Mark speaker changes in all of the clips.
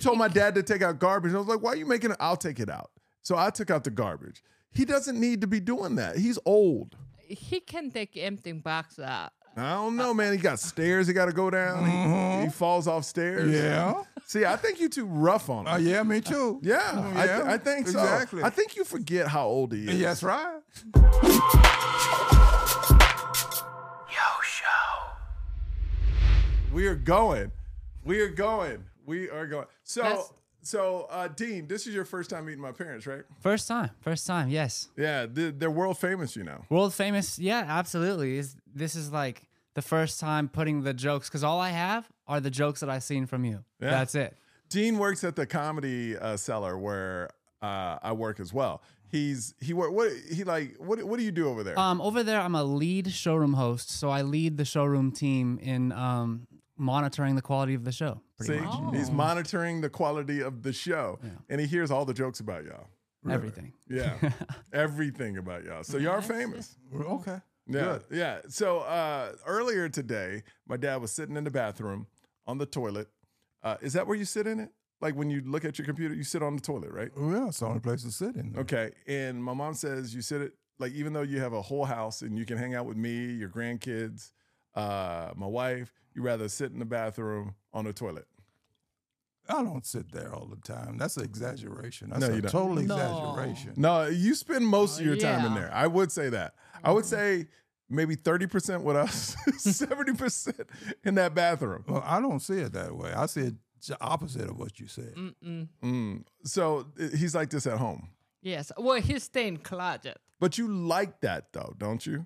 Speaker 1: told my dad to take out garbage. I was like, why are you making it? I'll take it out. So I took out the garbage. He doesn't need to be doing that. He's old.
Speaker 2: He can take empty uh, box out.
Speaker 1: I don't know, man. He got stairs he got to go down. He- He, falls off stairs.
Speaker 3: Yeah.
Speaker 1: See, I think you too rough on him.
Speaker 3: Oh yeah, me too.
Speaker 1: yeah,
Speaker 3: Mm,
Speaker 1: I, th- I think so.
Speaker 3: Exactly.
Speaker 1: I think you forget how old he is.
Speaker 3: Yeah, that's right.
Speaker 1: We are going. We are going. We are going. So,
Speaker 2: That's-
Speaker 1: so uh, Dean, this is your first time meeting my parents, right?
Speaker 4: First time, first time, yes.
Speaker 1: Yeah, they're, they're world famous, you know.
Speaker 4: World famous, yeah, absolutely. Is this is like the first time putting the jokes because all I have are the jokes that I've seen from you.
Speaker 1: Yeah.
Speaker 4: That's it.
Speaker 1: Dean works at the comedy uh, cellar where uh, I work as well. He's he wor- what he like what what do you do over there?
Speaker 4: Um, over there, I'm a lead showroom host, so I lead the showroom team in um, monitoring the quality of the show. Pretty
Speaker 1: See, Oh.
Speaker 4: much Oh.
Speaker 1: he's monitoring the quality of the show, and he hears all the jokes about y'all.
Speaker 4: everything.
Speaker 1: Yeah, everything about y'all. So y'all are famous.
Speaker 3: We're Okay.
Speaker 1: Yeah, yeah. So uh, earlier today, my dad was sitting in the bathroom on the toilet. Uh, is that where you sit in it? Like when you look at your computer, you sit on the toilet, right?
Speaker 3: Well, Oh, yeah, it's the only place to sit in.
Speaker 1: Okay. And my mom says you sit it like even though you have a whole house and you can hang out with me, your grandkids, uh, my wife, you rather sit in the bathroom on the toilet.
Speaker 3: I don't sit there all the time. That's an exaggeration. That's
Speaker 1: No,
Speaker 3: a
Speaker 1: you don't.
Speaker 3: total
Speaker 2: No.
Speaker 3: exaggeration.
Speaker 1: No, you spend most of your time in
Speaker 2: Yeah.
Speaker 1: there. I would say that. I would say maybe 30% with us, 70% in that bathroom.
Speaker 3: Well, I don't see it that way. I see it the opposite of what you said.
Speaker 2: Mm-mm.
Speaker 1: Mm. So i- he's like this at home.
Speaker 2: Yes. Well, he stay in closet.
Speaker 1: But you like that though, don't you?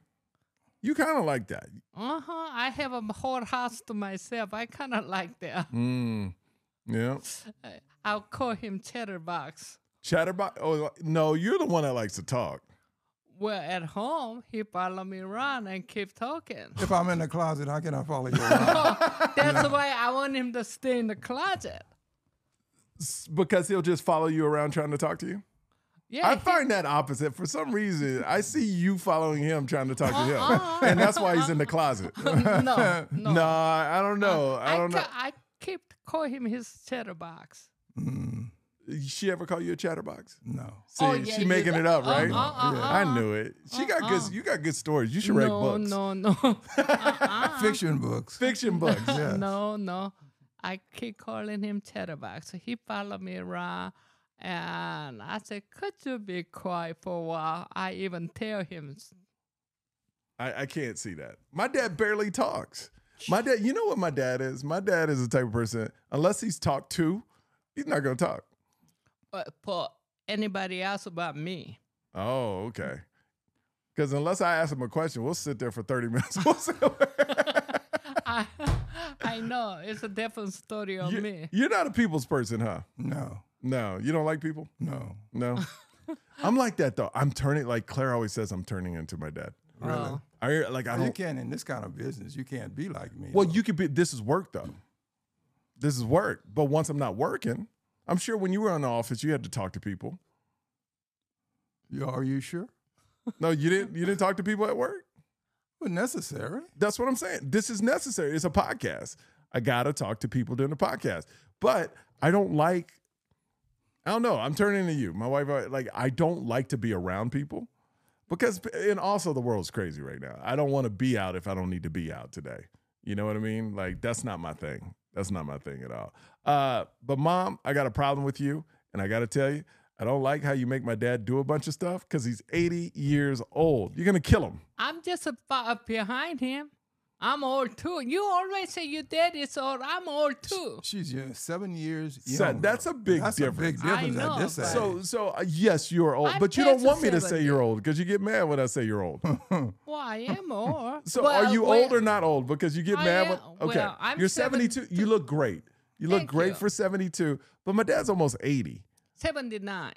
Speaker 1: You kind of like that.
Speaker 2: Uh huh. I have a whole house to myself. I kind of like that.
Speaker 1: Mm. Yeah.
Speaker 2: I'll call him Chatterbox.
Speaker 1: Chatterbox. Oh, no, you're the one that likes to talk.
Speaker 2: Well, at home, he follow me around and keep talking.
Speaker 3: If I'm in the closet, how can I follow you around?
Speaker 2: That's why I want him to stay in the closet.
Speaker 1: S- because he'll just follow you around trying to talk to you.
Speaker 2: Yeah.
Speaker 1: I
Speaker 2: he-
Speaker 1: find that opposite. For some reason, I see you following him trying to talk to him, and that's why he's in the closet.
Speaker 2: no, no.
Speaker 1: Nah, I don't know. I don't know.
Speaker 2: ca- I keep call him his Chatterbox.
Speaker 1: She ever call you a chatterbox?
Speaker 3: no.
Speaker 1: See,
Speaker 2: Oh, yeah,
Speaker 1: she
Speaker 2: you-
Speaker 1: making it up,
Speaker 2: uh,
Speaker 1: right?
Speaker 2: uh, uh,
Speaker 1: Yeah. I knew it. She got good. You got good stories. You should write
Speaker 2: Uh-uh. no,
Speaker 1: books.
Speaker 2: no, no,
Speaker 3: Fiction books.
Speaker 1: Fiction books.
Speaker 3: Yes.
Speaker 2: no, no. I keep calling him Chatterbox. So he followed me around, and I said, "Could you be quiet for a while?" I even tell him, s-
Speaker 1: I, I can't see that. My dad barely talks. My dad, you know what my dad is? My dad is the type of person, unless he's talked to, he's not gonna talk.
Speaker 2: uh, "For anybody else about me."
Speaker 1: Oh, okay. Because unless I ask him a question, we'll sit there for 30 minutes. We'll sit
Speaker 2: I, I know it's a different story on me.
Speaker 1: you, are not a people's person, huh?
Speaker 3: No.
Speaker 1: No. You don't like people?
Speaker 3: No.
Speaker 1: No. I'm like that though. I'm turning like Claire always says I'm turning into my dad.
Speaker 2: Oh.
Speaker 1: I like I
Speaker 3: You
Speaker 1: don't
Speaker 3: can't in this kind of business. You can't be like me.
Speaker 1: Well,
Speaker 3: though.
Speaker 1: you could be this is work though. This is work. But once I'm not working, I'm sure when you were in the office you had to talk to people.
Speaker 3: you are you sure?
Speaker 1: No, you didn't you didn't talk to people at work?
Speaker 3: Well, necessary.
Speaker 1: That's what I'm saying. This is necessary. It's a podcast. I gotta talk to people during the podcast. But I don't like. I don't know. I'm turning to you, my wife. uh, Like I don't like to be around people because, and also the world's crazy right now. I don't want to be out if I don't need to be out today. You know what I mean? Like that's not my thing. That's not my thing at all. Uh, but mom, I got a problem with you, and I gotta tell you, I don't like how you make my dad do a bunch of stuff because he's 80 years old. You're gonna kill him.
Speaker 2: I'm just a fa- up behind him. I'm old too. You always say your dad is old. I'm old too.
Speaker 3: She's young, seven years
Speaker 1: So
Speaker 3: younger.
Speaker 1: that's a big
Speaker 3: That's a big
Speaker 1: difference.
Speaker 2: I
Speaker 3: difference
Speaker 2: know,
Speaker 3: at this
Speaker 2: but-
Speaker 3: age.
Speaker 1: So, so uh, yes, you are old,
Speaker 2: I'm
Speaker 1: but you don't
Speaker 2: past
Speaker 1: want me to say
Speaker 2: 70.
Speaker 1: you're old because you get mad when I say you're old.
Speaker 2: Well, I am old.
Speaker 1: So,
Speaker 2: Well,
Speaker 1: are you
Speaker 2: well-
Speaker 1: old or not old? Because you get
Speaker 2: I
Speaker 1: mad.
Speaker 2: am-
Speaker 1: when, okay,
Speaker 2: well, I'm
Speaker 1: you're 72. You look great. You look
Speaker 2: Thank
Speaker 1: great
Speaker 2: you.
Speaker 1: for 72. But my dad's almost 80.
Speaker 2: 79.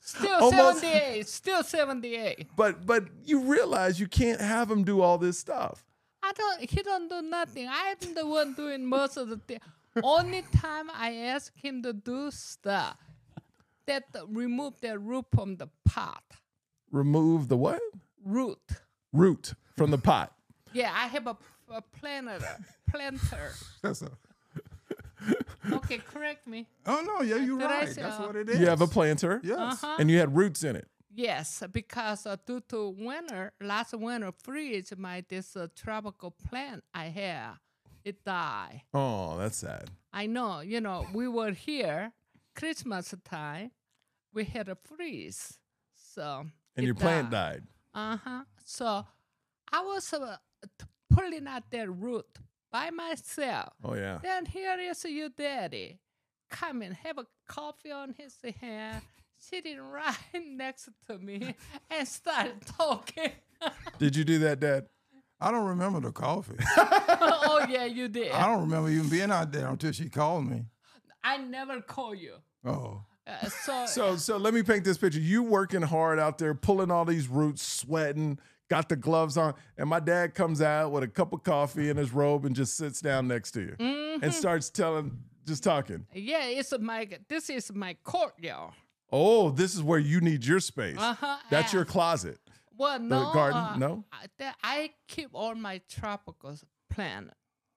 Speaker 2: still
Speaker 1: Almost-
Speaker 2: 78. Still 78.
Speaker 1: But but you realize you can't have him do all this stuff.
Speaker 2: I don't, he don't do nothing. I am the one doing most of the thing. Only time I ask him to do stuff, that remove the root from the pot.
Speaker 1: Remove the what
Speaker 2: Root.
Speaker 1: root from the pot.
Speaker 2: Yeah, I have a a planter. Planter.
Speaker 3: That's a,
Speaker 2: Okay, correct me.
Speaker 3: oh no, yeah, you're
Speaker 2: Did I
Speaker 3: right.
Speaker 2: say-
Speaker 3: That's
Speaker 2: uh,
Speaker 3: what it is.
Speaker 1: You have a planter,
Speaker 3: Yes.
Speaker 2: Uh-huh.
Speaker 1: and you had roots in it.
Speaker 2: Yes, because uh, due to winter, last winter freeze, my this uh, tropical plant I had, it died.
Speaker 1: Oh, that's sad.
Speaker 2: I know, you know, we were here Christmas time, we had a freeze, so
Speaker 1: And your plant died.
Speaker 2: Uh huh. So I was uh, t- pulling out that root by myself.
Speaker 1: Oh yeah.
Speaker 2: Then here is your daddy. Come and have a coffee on his hand, sitting right next to me, and started talking.
Speaker 1: Did you do that, Dad?
Speaker 3: I don't remember the coffee.
Speaker 2: oh, yeah, you did.
Speaker 3: I
Speaker 2: I,
Speaker 3: don't remember even being out there until she called me.
Speaker 2: never call you.
Speaker 3: Oh,
Speaker 2: Uh, so,
Speaker 1: So so let me paint this picture. You working hard out there, pulling all these roots, sweating, got the gloves on, and my dad comes out with a cup of coffee in his robe and just sits down next to you
Speaker 2: Mm-hmm.
Speaker 1: and starts telling, just talking.
Speaker 2: yeah, it's my this is my courtyard.
Speaker 1: Oh, this is where you need your space.
Speaker 2: Uh-huh.
Speaker 1: That's
Speaker 2: Yeah.
Speaker 1: your closet.
Speaker 2: Well, no,
Speaker 1: garden?
Speaker 2: uh,
Speaker 1: No?
Speaker 2: I, that I keep all my tropical plant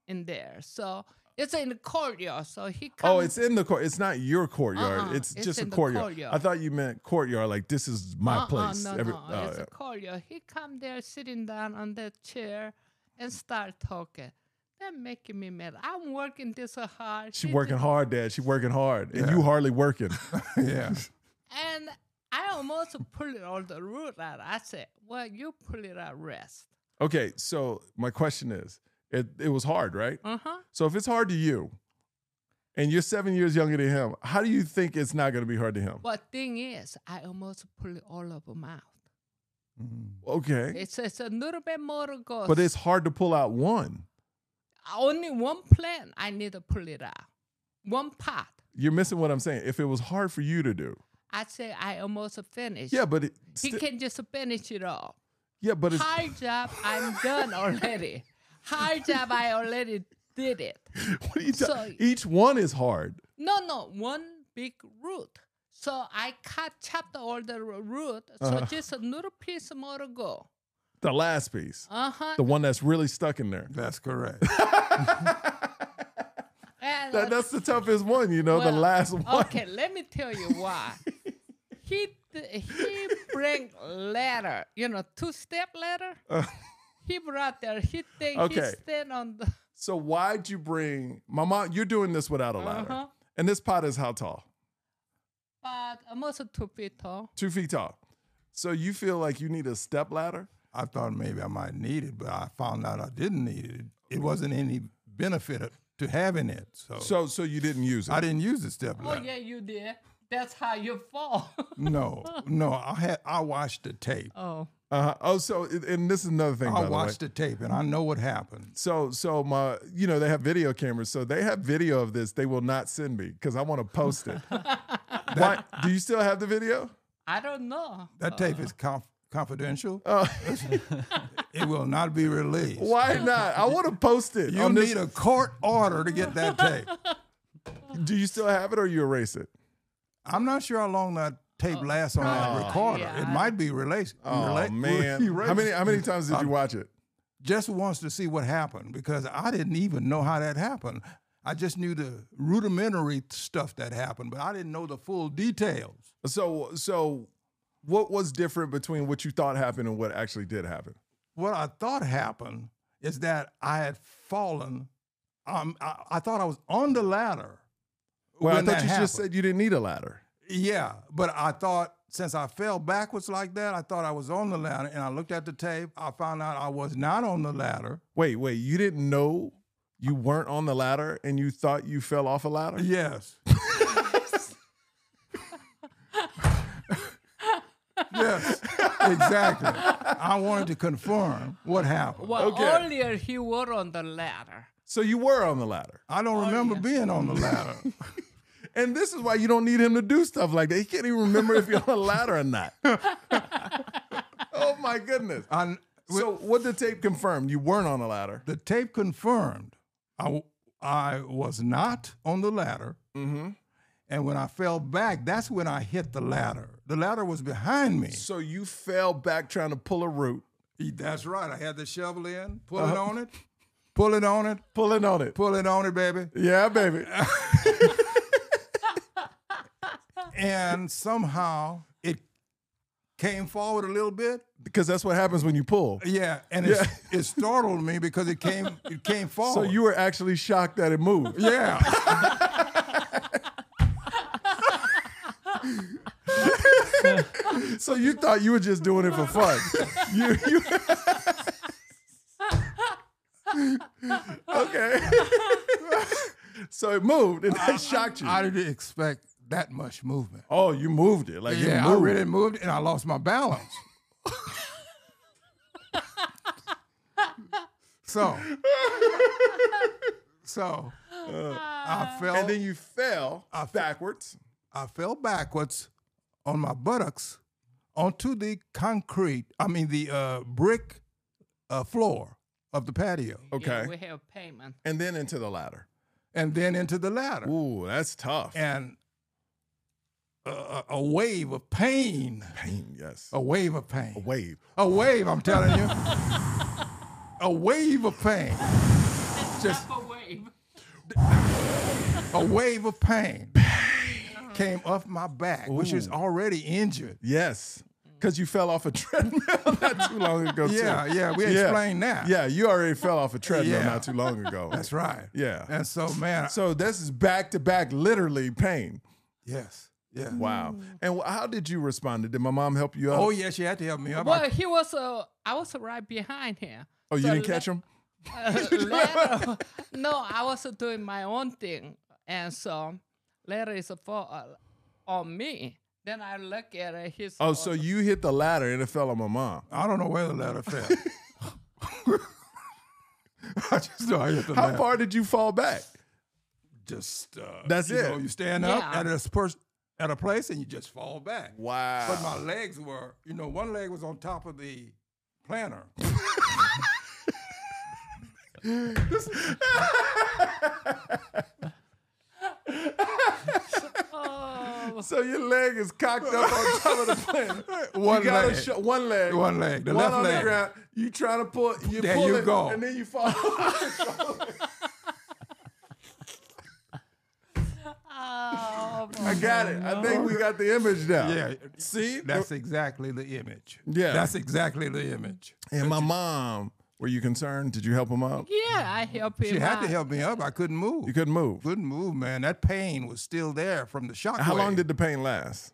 Speaker 2: in there, so it's in the courtyard. So he comes.
Speaker 1: Oh, it's in the court. It's not your courtyard.
Speaker 2: Uh-uh.
Speaker 1: It's,
Speaker 2: It's
Speaker 1: just a
Speaker 2: in the
Speaker 1: courtyard.
Speaker 2: courtyard.
Speaker 1: I thought you meant courtyard. Like this is my
Speaker 2: uh-uh,
Speaker 1: place.
Speaker 2: No,
Speaker 1: Every-
Speaker 2: no,
Speaker 1: oh,
Speaker 2: it's
Speaker 1: yeah.
Speaker 2: a courtyard. He come there, sitting down on that chair, and start talking. That making me mad. I'm working this hard.
Speaker 1: she
Speaker 2: he
Speaker 1: working
Speaker 2: just-
Speaker 1: hard, Dad. She working hard, and
Speaker 3: Yeah.
Speaker 1: you hardly working.
Speaker 3: yeah.
Speaker 2: and I almost pulled all the root out. I said, "Well, you pull it out, rest."
Speaker 1: okay, so my question is, it, it was hard, right?
Speaker 2: Uh huh.
Speaker 1: So if it's hard to you, and you're seven years younger than him, how do you think it's not going to be hard to him?
Speaker 2: But thing is, I almost pulled all of them out.
Speaker 1: Okay,
Speaker 2: It's, it's a little bit more to go.
Speaker 1: but it's hard to pull out one.
Speaker 2: only one plant I need to pull it out. One pot.
Speaker 1: You're missing what I'm saying. If it was hard for you to do,
Speaker 2: I say I almost finished.
Speaker 1: yeah, but it,
Speaker 2: He
Speaker 1: sti-
Speaker 2: can just finish it all.
Speaker 1: yeah, but it's,
Speaker 2: High job, I'm done already. High job, I already did it.
Speaker 1: what are you ta-
Speaker 2: so-
Speaker 1: Each one is hard.
Speaker 2: No, no, one big root. So I cut, chopped all the ro- root. So
Speaker 1: Uh-huh.
Speaker 2: just a little piece more to go.
Speaker 1: The last piece,
Speaker 2: Uh huh.
Speaker 1: the one that's really stuck in there.
Speaker 3: That's correct.
Speaker 2: And
Speaker 1: That, that's the toughest one, you know, the
Speaker 2: Well,
Speaker 1: last one.
Speaker 2: Okay, let me tell you why. he th- he bring ladder, you know, two step ladder. he brought there. He think
Speaker 1: Uh. Okay.
Speaker 2: he stand on the.
Speaker 1: So why'd you bring my mom? You're doing this without a ladder,
Speaker 2: Uh-huh.
Speaker 1: and this pot is how tall?
Speaker 2: But almost two feet tall.
Speaker 1: Two feet tall. So you feel like you need a step ladder?
Speaker 3: I thought maybe I might need it, but I found out I didn't need it. It wasn't any benefit of- to having it, so,
Speaker 1: So so you didn't use it.
Speaker 3: I didn't use the step
Speaker 2: Oh
Speaker 3: ladder.
Speaker 2: yeah, you did. That's how you fall.
Speaker 3: No, no, I had I watched the tape.
Speaker 2: oh,
Speaker 1: Uh-huh. Oh, so and- and this is another thing. by
Speaker 3: I
Speaker 1: the way.
Speaker 3: watched the tape, and I know what happened.
Speaker 1: So so my you know they have video cameras, so they have video of this. They will not send me because I want to post it. Why, do you still have the video?
Speaker 2: I don't know.
Speaker 3: That tape is conf- confidential. it will not be released.
Speaker 1: Oh. Why not? I want to post it.
Speaker 3: You
Speaker 1: on this-
Speaker 3: need a court order to get that tape.
Speaker 1: do you still have it or you erase it?
Speaker 3: I'm not sure how long that tape lasts on that recorder.
Speaker 2: yeah,
Speaker 3: it
Speaker 2: I-
Speaker 3: might be released.
Speaker 1: Oh
Speaker 3: rela-
Speaker 1: man,
Speaker 3: erased.
Speaker 1: how many how many times did you watch it?
Speaker 3: just wants to see what happened because I didn't even know how that happened. I just knew the rudimentary stuff that happened, but I didn't know the full details.
Speaker 1: So so what was different between what you thought happened and what actually did happen?
Speaker 3: What I thought happened is that I had fallen. Um, I, I thought I was on the ladder.
Speaker 1: Well,
Speaker 3: when
Speaker 1: I thought
Speaker 3: that
Speaker 1: you just
Speaker 3: happened.
Speaker 1: said you didn't need a ladder.
Speaker 3: Yeah, but I thought since I fell backwards like that, I thought I was on the ladder. And I looked at the tape. I found out I was not on the ladder.
Speaker 1: Wait, wait, you didn't know you weren't on the ladder and you thought you fell off a ladder?
Speaker 3: Yes. yes, exactly. I wanted to confirm what happened.
Speaker 2: Well,
Speaker 1: Okay.
Speaker 2: earlier he were on the ladder.
Speaker 1: So you were on the ladder.
Speaker 3: I don't remember being on the ladder.
Speaker 1: And this is why you don't need him to do stuff like that. He can't even remember if you're on a ladder or not. oh my goodness.
Speaker 3: I,
Speaker 1: So what the tape confirmed? You weren't on a ladder.
Speaker 3: the tape confirmed I, I was not on the ladder. And when I fell back, that's when I hit the ladder. The ladder was behind me.
Speaker 1: So you fell back trying to pull a root.
Speaker 3: Uh-huh. That's right. I had the shovel in, pulling on it, Pulling on it,
Speaker 1: Pulling on it.
Speaker 3: pulling on it, baby.
Speaker 1: Yeah, baby.
Speaker 3: And somehow it came forward a little bit.
Speaker 1: Because that's what happens when you pull.
Speaker 3: Yeah, and it, it startled me because it came it came
Speaker 1: So
Speaker 3: forward.
Speaker 1: you were actually shocked that it moved.
Speaker 3: yeah.
Speaker 1: So you thought you were just doing it for fun. You, you okay. so it moved, and that shocked you.
Speaker 3: I didn't expect that much movement.
Speaker 1: oh, you moved it like
Speaker 3: yeah,
Speaker 1: it
Speaker 3: I
Speaker 1: moved.
Speaker 3: really moved and I lost my balance. so, so uh, I fell.
Speaker 1: and then you fell backwards.
Speaker 3: I fell backwards on my buttocks onto the concrete. I mean the uh, brick uh, floor of the patio,
Speaker 1: Okay,
Speaker 2: we have payment.
Speaker 1: and then into the ladder.
Speaker 3: and then into the ladder.
Speaker 1: Ooh, that's tough.
Speaker 3: And a- a, a wave of pain,
Speaker 1: Pain, yes.
Speaker 3: a wave of pain,
Speaker 1: A wave.
Speaker 3: A Oh, wave, I'm telling you. a wave of pain. Just a wave of pain came off my back, which is already injured.
Speaker 1: Yes, because you fell off a treadmill not too long ago. too.
Speaker 3: Mm. Yeah, yeah, we
Speaker 1: Yeah.
Speaker 3: explained that.
Speaker 1: Yeah, you already fell off a treadmill
Speaker 3: Yeah.
Speaker 1: not too long ago.
Speaker 3: That's right.
Speaker 1: Yeah.
Speaker 3: And so, man,
Speaker 1: So this is back to back, literally pain.
Speaker 3: yes, yeah.
Speaker 1: Wow. And wh- how did you respond? Did my mom help you out?
Speaker 3: Mm. Oh, yeah, she had to help me up.
Speaker 2: Well, he was. Uh, I was right behind him.
Speaker 1: Oh, you
Speaker 2: So
Speaker 1: didn't
Speaker 2: la-
Speaker 1: catch him?
Speaker 2: uh, later, no, I was doing my own thing, and so later is for uh, on me. Then I look at uh, his.
Speaker 1: Oh, so you hit the ladder and it fell on my mom.
Speaker 3: I don't know where the letter fell. I just know I hit the
Speaker 1: How
Speaker 3: letter.
Speaker 1: far did you fall back?
Speaker 3: Just uh,
Speaker 1: That's
Speaker 3: you
Speaker 1: it.
Speaker 3: know, you stand up
Speaker 2: Yeah.
Speaker 3: at a spurs- at a place and you just fall back.
Speaker 1: Wow.
Speaker 3: But my legs were, you know, one leg was on top of the planter.
Speaker 2: Oh,
Speaker 1: so your leg is cocked up on top of the plant.
Speaker 3: One
Speaker 1: you gotta
Speaker 3: leg.
Speaker 1: sho- one leg.
Speaker 3: One leg, the
Speaker 1: one
Speaker 3: left
Speaker 1: on the
Speaker 3: leg.
Speaker 1: ground. You trying to pull. You
Speaker 3: There
Speaker 1: pull
Speaker 3: you
Speaker 1: it,
Speaker 3: go.
Speaker 1: And then you fall.
Speaker 2: oh,
Speaker 1: I got it. I think we got the image now.
Speaker 3: Yeah.
Speaker 1: See?
Speaker 3: That's exactly the image.
Speaker 1: Yeah.
Speaker 3: That's exactly the image.
Speaker 1: and my mom, were you concerned? Did you help him up?
Speaker 2: yeah, I help him.
Speaker 3: She had to
Speaker 2: out.
Speaker 3: help me up. I couldn't move.
Speaker 1: You couldn't move.
Speaker 3: couldn't move, man. That pain was still there from the shock.
Speaker 1: How long did the pain last?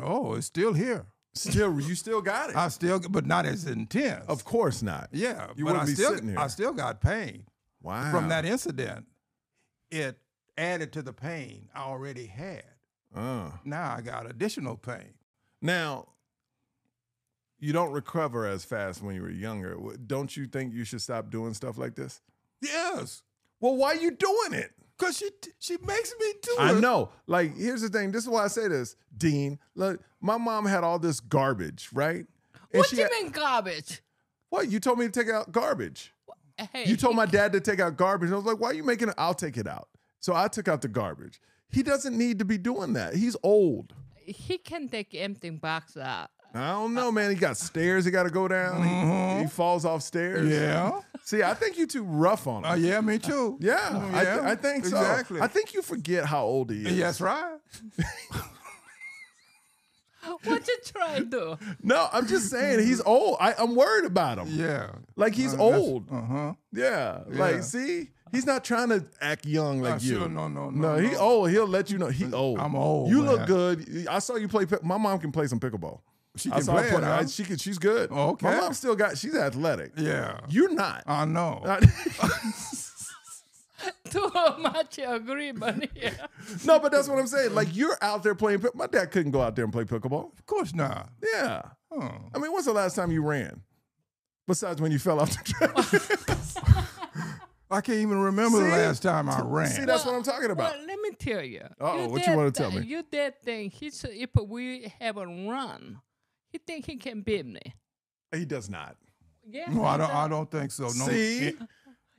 Speaker 3: Oh, it's still here.
Speaker 1: Still, you still got it.
Speaker 3: I still, but not as intense.
Speaker 1: of course not.
Speaker 3: yeah,
Speaker 1: You
Speaker 3: but
Speaker 1: wouldn't
Speaker 3: I
Speaker 1: be
Speaker 3: still,
Speaker 1: sitting here.
Speaker 3: I still got pain
Speaker 1: Wow.
Speaker 3: from that incident. It added to the pain I already had.
Speaker 1: Uh.
Speaker 3: Now I got additional pain.
Speaker 1: Now, you don't recover as fast when you were younger. W- Don't you think you should stop doing stuff like this?
Speaker 3: Yes,
Speaker 1: Well, why are you doing it?
Speaker 3: cause she she makes me do
Speaker 1: I
Speaker 3: it.
Speaker 1: know. Like, here's the thing. This is why I say this, Dean. Look, my mom had all this garbage, right? And
Speaker 2: What
Speaker 1: she
Speaker 2: you
Speaker 1: had-
Speaker 2: mean garbage? Uh,
Speaker 1: What? You told me to take out garbage.
Speaker 2: Hey,
Speaker 1: You told my dad to take out garbage. I was like, why are you making it? I'll take it out. So I took out the garbage. He doesn't need to be doing that. He's old.
Speaker 2: he can take empty box out.
Speaker 1: I don't
Speaker 2: Uh,
Speaker 1: know, man. He got stairs he got to go down. He- He,
Speaker 2: Mm-hmm.
Speaker 1: falls off stairs.
Speaker 3: Yeah.
Speaker 1: See, I think you too rough on him.
Speaker 3: Oh yeah, me too.
Speaker 1: yeah, I,
Speaker 3: yeah,
Speaker 1: thi- I think so.
Speaker 3: exactly.
Speaker 1: I think you forget how old he is.
Speaker 3: Yeah, That's right.
Speaker 2: What you try to do?
Speaker 1: No, I'm just saying he's old. I, I'm worried about him.
Speaker 3: Yeah.
Speaker 1: Like he's
Speaker 3: that's-
Speaker 1: old.
Speaker 3: Uh-huh.
Speaker 1: Yeah. Like,
Speaker 3: Yeah.
Speaker 1: see, he's not trying to act young like
Speaker 3: Uh,
Speaker 1: you.
Speaker 3: sure, no, no,
Speaker 1: No,
Speaker 3: no.
Speaker 1: he old. He'll let you know he old.
Speaker 3: I'm old,
Speaker 1: You
Speaker 3: man.
Speaker 1: look good. I saw you play. pick- My mom can play some pickleball.
Speaker 3: She
Speaker 1: I
Speaker 3: can
Speaker 1: saw her
Speaker 3: play it,
Speaker 1: play- I-
Speaker 3: huh?
Speaker 1: she can. She's good.
Speaker 3: Oh, okay.
Speaker 1: My mom still got. She's athletic.
Speaker 3: Yeah. Uh,
Speaker 1: You're not.
Speaker 3: I know.
Speaker 2: Too much agreement here.
Speaker 1: no, but that's what I'm saying. Like you're out there playing. pick- My dad couldn't go out there and play pickleball.
Speaker 3: of course not.
Speaker 1: Yeah.
Speaker 3: Huh.
Speaker 1: I mean, when's the last time you ran? Besides when you fell off the track.
Speaker 3: I can't even remember the
Speaker 1: See?
Speaker 3: last time I ran.
Speaker 1: See, that's what I'm talking about.
Speaker 2: Well, let me tell you.
Speaker 1: Uh-oh, what you wanna tell
Speaker 2: thi-
Speaker 1: me?
Speaker 2: You did think he should, if we have a run, he think he can beat me.
Speaker 1: He does not.
Speaker 2: Yeah.
Speaker 3: no, I
Speaker 2: he
Speaker 3: don't. I
Speaker 2: does.
Speaker 3: don't think
Speaker 1: Oh,
Speaker 3: so. No.
Speaker 1: See?
Speaker 3: it-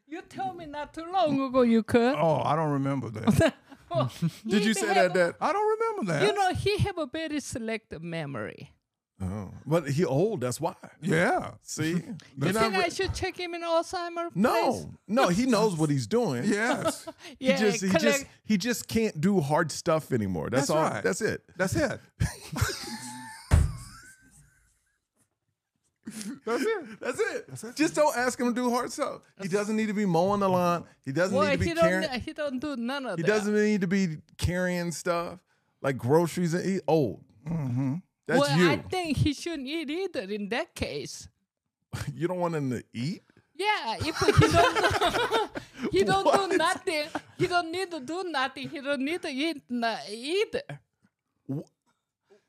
Speaker 2: You told me not too long ago you could.
Speaker 3: oh, I don't remember that.
Speaker 2: Well,
Speaker 1: Did
Speaker 2: he
Speaker 1: you say that?
Speaker 2: have
Speaker 1: That
Speaker 3: I don't remember that.
Speaker 2: You know, he have a very selective memory.
Speaker 1: Oh, but he old. That's why.
Speaker 3: Yeah.
Speaker 1: See,
Speaker 2: You
Speaker 1: You're not
Speaker 2: think I
Speaker 1: re-
Speaker 2: should check him in Alzheimer's? place?
Speaker 1: no, no. He knows what he's doing.
Speaker 3: Yes.
Speaker 1: He
Speaker 2: Yeah,
Speaker 1: just he
Speaker 2: collect-
Speaker 1: just he just can't do hard stuff anymore. That's,
Speaker 3: That's
Speaker 1: all.
Speaker 3: right.
Speaker 1: That's it.
Speaker 3: That's it. That's it.
Speaker 1: That's it. Just don't ask him to do hard stuff. He doesn't need to be mowing the lawn. He doesn't
Speaker 2: Well,
Speaker 1: need to
Speaker 2: he
Speaker 1: be
Speaker 2: don't.
Speaker 1: carrying.
Speaker 2: He don't do none of
Speaker 1: He
Speaker 2: that.
Speaker 1: doesn't need to be carrying stuff like groceries. He old. That's
Speaker 2: well,
Speaker 1: you.
Speaker 2: I think he shouldn't eat either. In that case,
Speaker 1: you don't want him to eat.
Speaker 2: yeah. If he don't, he don't
Speaker 1: What?
Speaker 2: do nothing. He don't need to do nothing. He don't need to eat no- either.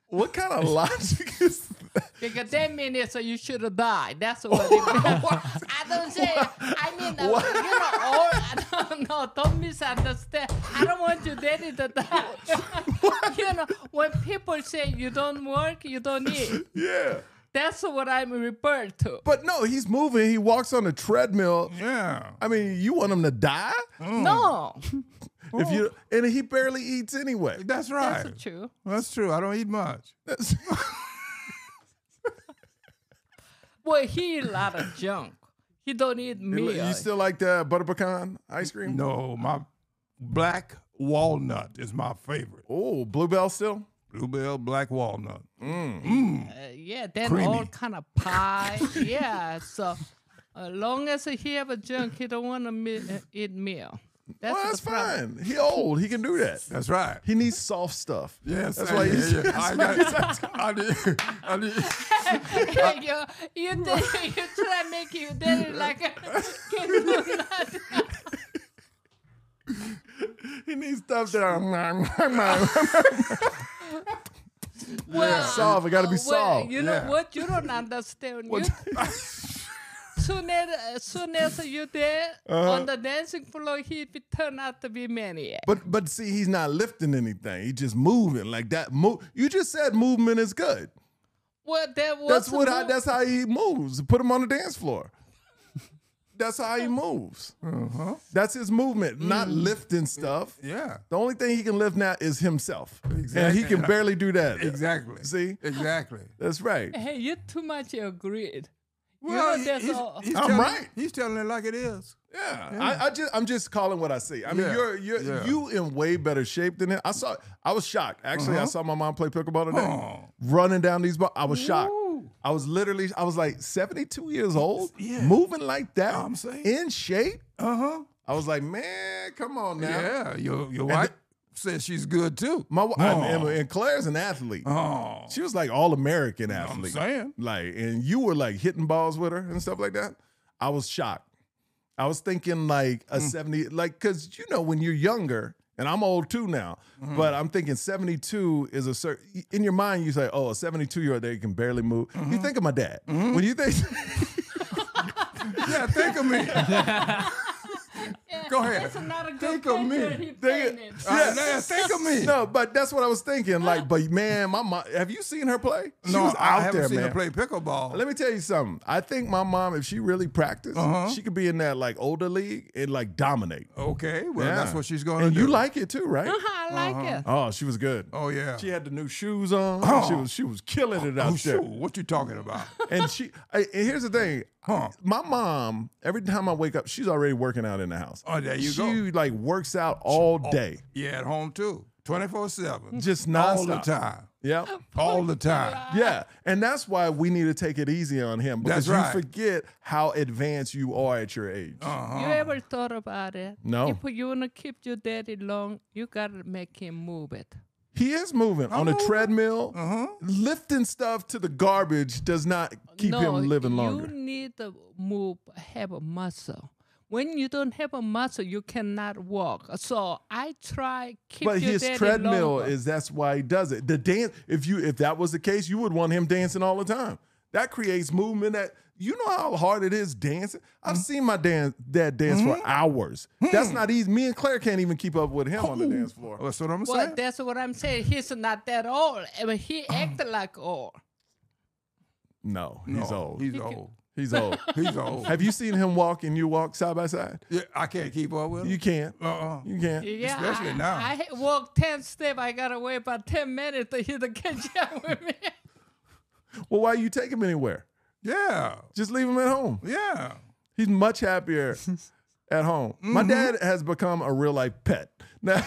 Speaker 1: What kind of logic is that?
Speaker 2: Because that means so you should die. That's what it means. I don't say. I mean, uh, you know, or I don't know. Don't misunderstand. I don't want your daddy to die. you know, when people say you don't work, you don't eat.
Speaker 1: Yeah.
Speaker 2: That's what I'm referred to.
Speaker 1: But no, he's moving. He walks on a treadmill.
Speaker 3: Yeah.
Speaker 1: I mean, you want him to die?
Speaker 2: Mm. No,
Speaker 1: If you and he barely eats anyway.
Speaker 3: That's right.
Speaker 2: that's true.
Speaker 3: That's true. I don't eat much.
Speaker 1: That's-
Speaker 2: Well, he eat a lot of junk. He don't eat meal.
Speaker 1: you still like the butter pecan ice cream?
Speaker 3: No, my black walnut is my favorite.
Speaker 1: Oh, bluebell still?
Speaker 3: Bluebell black walnut.
Speaker 2: Uh, yeah, then all
Speaker 3: Creamy.
Speaker 2: kind of pie. yeah, so as long as he have a junk, he don't want to me- uh, eat meal. That's,
Speaker 1: well, that's
Speaker 2: the problem.
Speaker 1: fine. He old. He can do that.
Speaker 3: That's right.
Speaker 1: He needs soft stuff.
Speaker 3: Yes,
Speaker 1: That's
Speaker 3: I-
Speaker 1: why
Speaker 3: yeah,
Speaker 1: he's-
Speaker 3: yeah. I, got- I need, I need,
Speaker 2: you you, think- you try to make you daddy like a can do nothing.
Speaker 1: He needs stuff that are
Speaker 2: Well,
Speaker 1: soft. It got to be
Speaker 2: well,
Speaker 1: soft.
Speaker 2: you know
Speaker 3: yeah.
Speaker 2: what? You don't understand. You, soon as uh, soon as you there
Speaker 1: Uh-huh.
Speaker 2: on the dancing floor, he be- turn out to be maniac.
Speaker 1: But but see, he's not lifting anything. He's just moving like that. Mo- you just said movement is good.
Speaker 2: Well, that was
Speaker 1: That's what.
Speaker 2: the
Speaker 1: I,
Speaker 2: mo-
Speaker 1: that's how he moves. Put him on the dance floor. That's how he moves.
Speaker 3: Uh-huh.
Speaker 1: That's his movement,
Speaker 3: Mm.
Speaker 1: not lifting stuff.
Speaker 3: yeah.
Speaker 1: The only thing he can lift now is himself, and
Speaker 3: Exactly.
Speaker 1: he can barely do that.
Speaker 3: Exactly.
Speaker 1: See,
Speaker 3: Exactly.
Speaker 1: that's right.
Speaker 2: Hey, you too much agreed.
Speaker 3: Well,
Speaker 2: you know,
Speaker 3: he-
Speaker 2: that's
Speaker 3: he's,
Speaker 2: all.
Speaker 3: he's
Speaker 1: I'm
Speaker 3: telling,
Speaker 1: right.
Speaker 3: He's telling it like it is.
Speaker 1: Yeah, I, I just I'm just calling what I see. I mean,
Speaker 3: Yeah,
Speaker 1: you're you're
Speaker 3: yeah.
Speaker 1: you in way better shape than him. I saw. I was shocked. Actually, I saw my mom play pickleball today,
Speaker 3: Uh-huh. Oh.
Speaker 1: running down these. Ball. I was shocked. I was literally. I was like 72 years old,
Speaker 3: Yeah.
Speaker 1: moving like that.
Speaker 3: I'm saying.
Speaker 1: in shape.
Speaker 3: Uh huh.
Speaker 1: I was like, man, come on now.
Speaker 3: Yeah. Your your wife says she's good too.
Speaker 1: My wi-
Speaker 3: oh.
Speaker 1: and, and Claire's an athlete.
Speaker 3: oh.
Speaker 1: She was like all American athlete.
Speaker 3: saying.
Speaker 1: Like, and you were like hitting balls with her and stuff like that. I was shocked. I was thinking like a
Speaker 3: Mm.
Speaker 1: 70, like, cause you know, when you're younger, and I'm old too now,
Speaker 3: Mm-hmm.
Speaker 1: but I'm thinking 72 is a certain, in your mind, you say, oh, a 72 year old that can barely move.
Speaker 3: Mm-hmm.
Speaker 1: You think of my dad. When you think,
Speaker 3: Yeah. Think of me. Go ahead.
Speaker 2: That's not a good
Speaker 3: Think of me.
Speaker 2: picture he
Speaker 1: Think-
Speaker 2: painted.
Speaker 3: Yeah. think of me.
Speaker 1: no, but that's what I was thinking. Like, but man, my mom, have you seen her play? She
Speaker 3: No,
Speaker 1: was
Speaker 3: I haven't seen her play pickleball.
Speaker 1: Let me tell you something. I think my mom, if she really practiced,
Speaker 3: Uh-huh.
Speaker 1: she could be in that like older league and like dominate.
Speaker 3: okay, well,
Speaker 1: Yeah.
Speaker 3: that's what she's going to
Speaker 1: And
Speaker 3: do.
Speaker 1: you like it too, right?
Speaker 2: I like it.
Speaker 1: Oh, she was good.
Speaker 3: Oh yeah.
Speaker 1: She had the new shoes on. She was she was killing it out
Speaker 3: oh
Speaker 1: there.
Speaker 3: shoot, what you talking about?
Speaker 1: And she I, and here's the thing. My mom, every time I wake up, she's already working out in the house.
Speaker 3: Oh, there you
Speaker 1: she
Speaker 3: go.
Speaker 1: like works out all day.
Speaker 3: Yeah, at home too, twenty four seven,
Speaker 1: Just
Speaker 3: all the
Speaker 1: nonstop.
Speaker 3: time,
Speaker 1: Yep.
Speaker 3: all the time.
Speaker 1: Yeah. And that's why we need to take it easy on him because
Speaker 3: That's right.
Speaker 1: you forget how advanced you are at your age.
Speaker 2: You ever thought about it?
Speaker 1: Oh. No.
Speaker 2: If you wanna keep your daddy long, you gotta make him move it.
Speaker 1: He is moving on a
Speaker 3: moving.
Speaker 1: treadmill.
Speaker 3: Uh-huh.
Speaker 1: Lifting stuff to the garbage does not keep
Speaker 2: no,
Speaker 1: him living longer.
Speaker 2: You need to move, have a muscle. When you don't have a muscle, you cannot walk. So I try keep
Speaker 1: but
Speaker 2: your
Speaker 1: his
Speaker 2: daddy
Speaker 1: treadmill
Speaker 2: longer.
Speaker 1: is that's why he does it. The dance, if you if that was the case, you would want him dancing all the time. That creates movement. That you know how hard it is dancing.
Speaker 3: Mm-hmm.
Speaker 1: I've seen my dance dad dance for hours. That's
Speaker 3: Hmm.
Speaker 1: not easy. Me and Claire can't even keep up with him on the dance floor.
Speaker 3: That's what I'm
Speaker 2: Well,
Speaker 3: saying.
Speaker 2: that's what I'm saying. He's not that old. I mean,
Speaker 1: Oh.
Speaker 2: he acted like old.
Speaker 1: No, he's
Speaker 3: No,
Speaker 1: old. He's,
Speaker 3: He's old.
Speaker 1: old.
Speaker 3: He's old.
Speaker 1: Have you seen him walk and you walk side by side?
Speaker 3: yeah, I can't keep up with him.
Speaker 1: You can't.
Speaker 3: uh-uh.
Speaker 1: You can't.
Speaker 2: Yeah,
Speaker 3: Especially
Speaker 2: I,
Speaker 3: now.
Speaker 2: I had walked ten steps. I gotta wait about ten minutes to hit the catch up with me.
Speaker 1: Well, why you take him anywhere?
Speaker 3: Yeah.
Speaker 1: Just leave him at home.
Speaker 3: Yeah.
Speaker 1: He's much happier at home. My dad has become a real life pet. Now,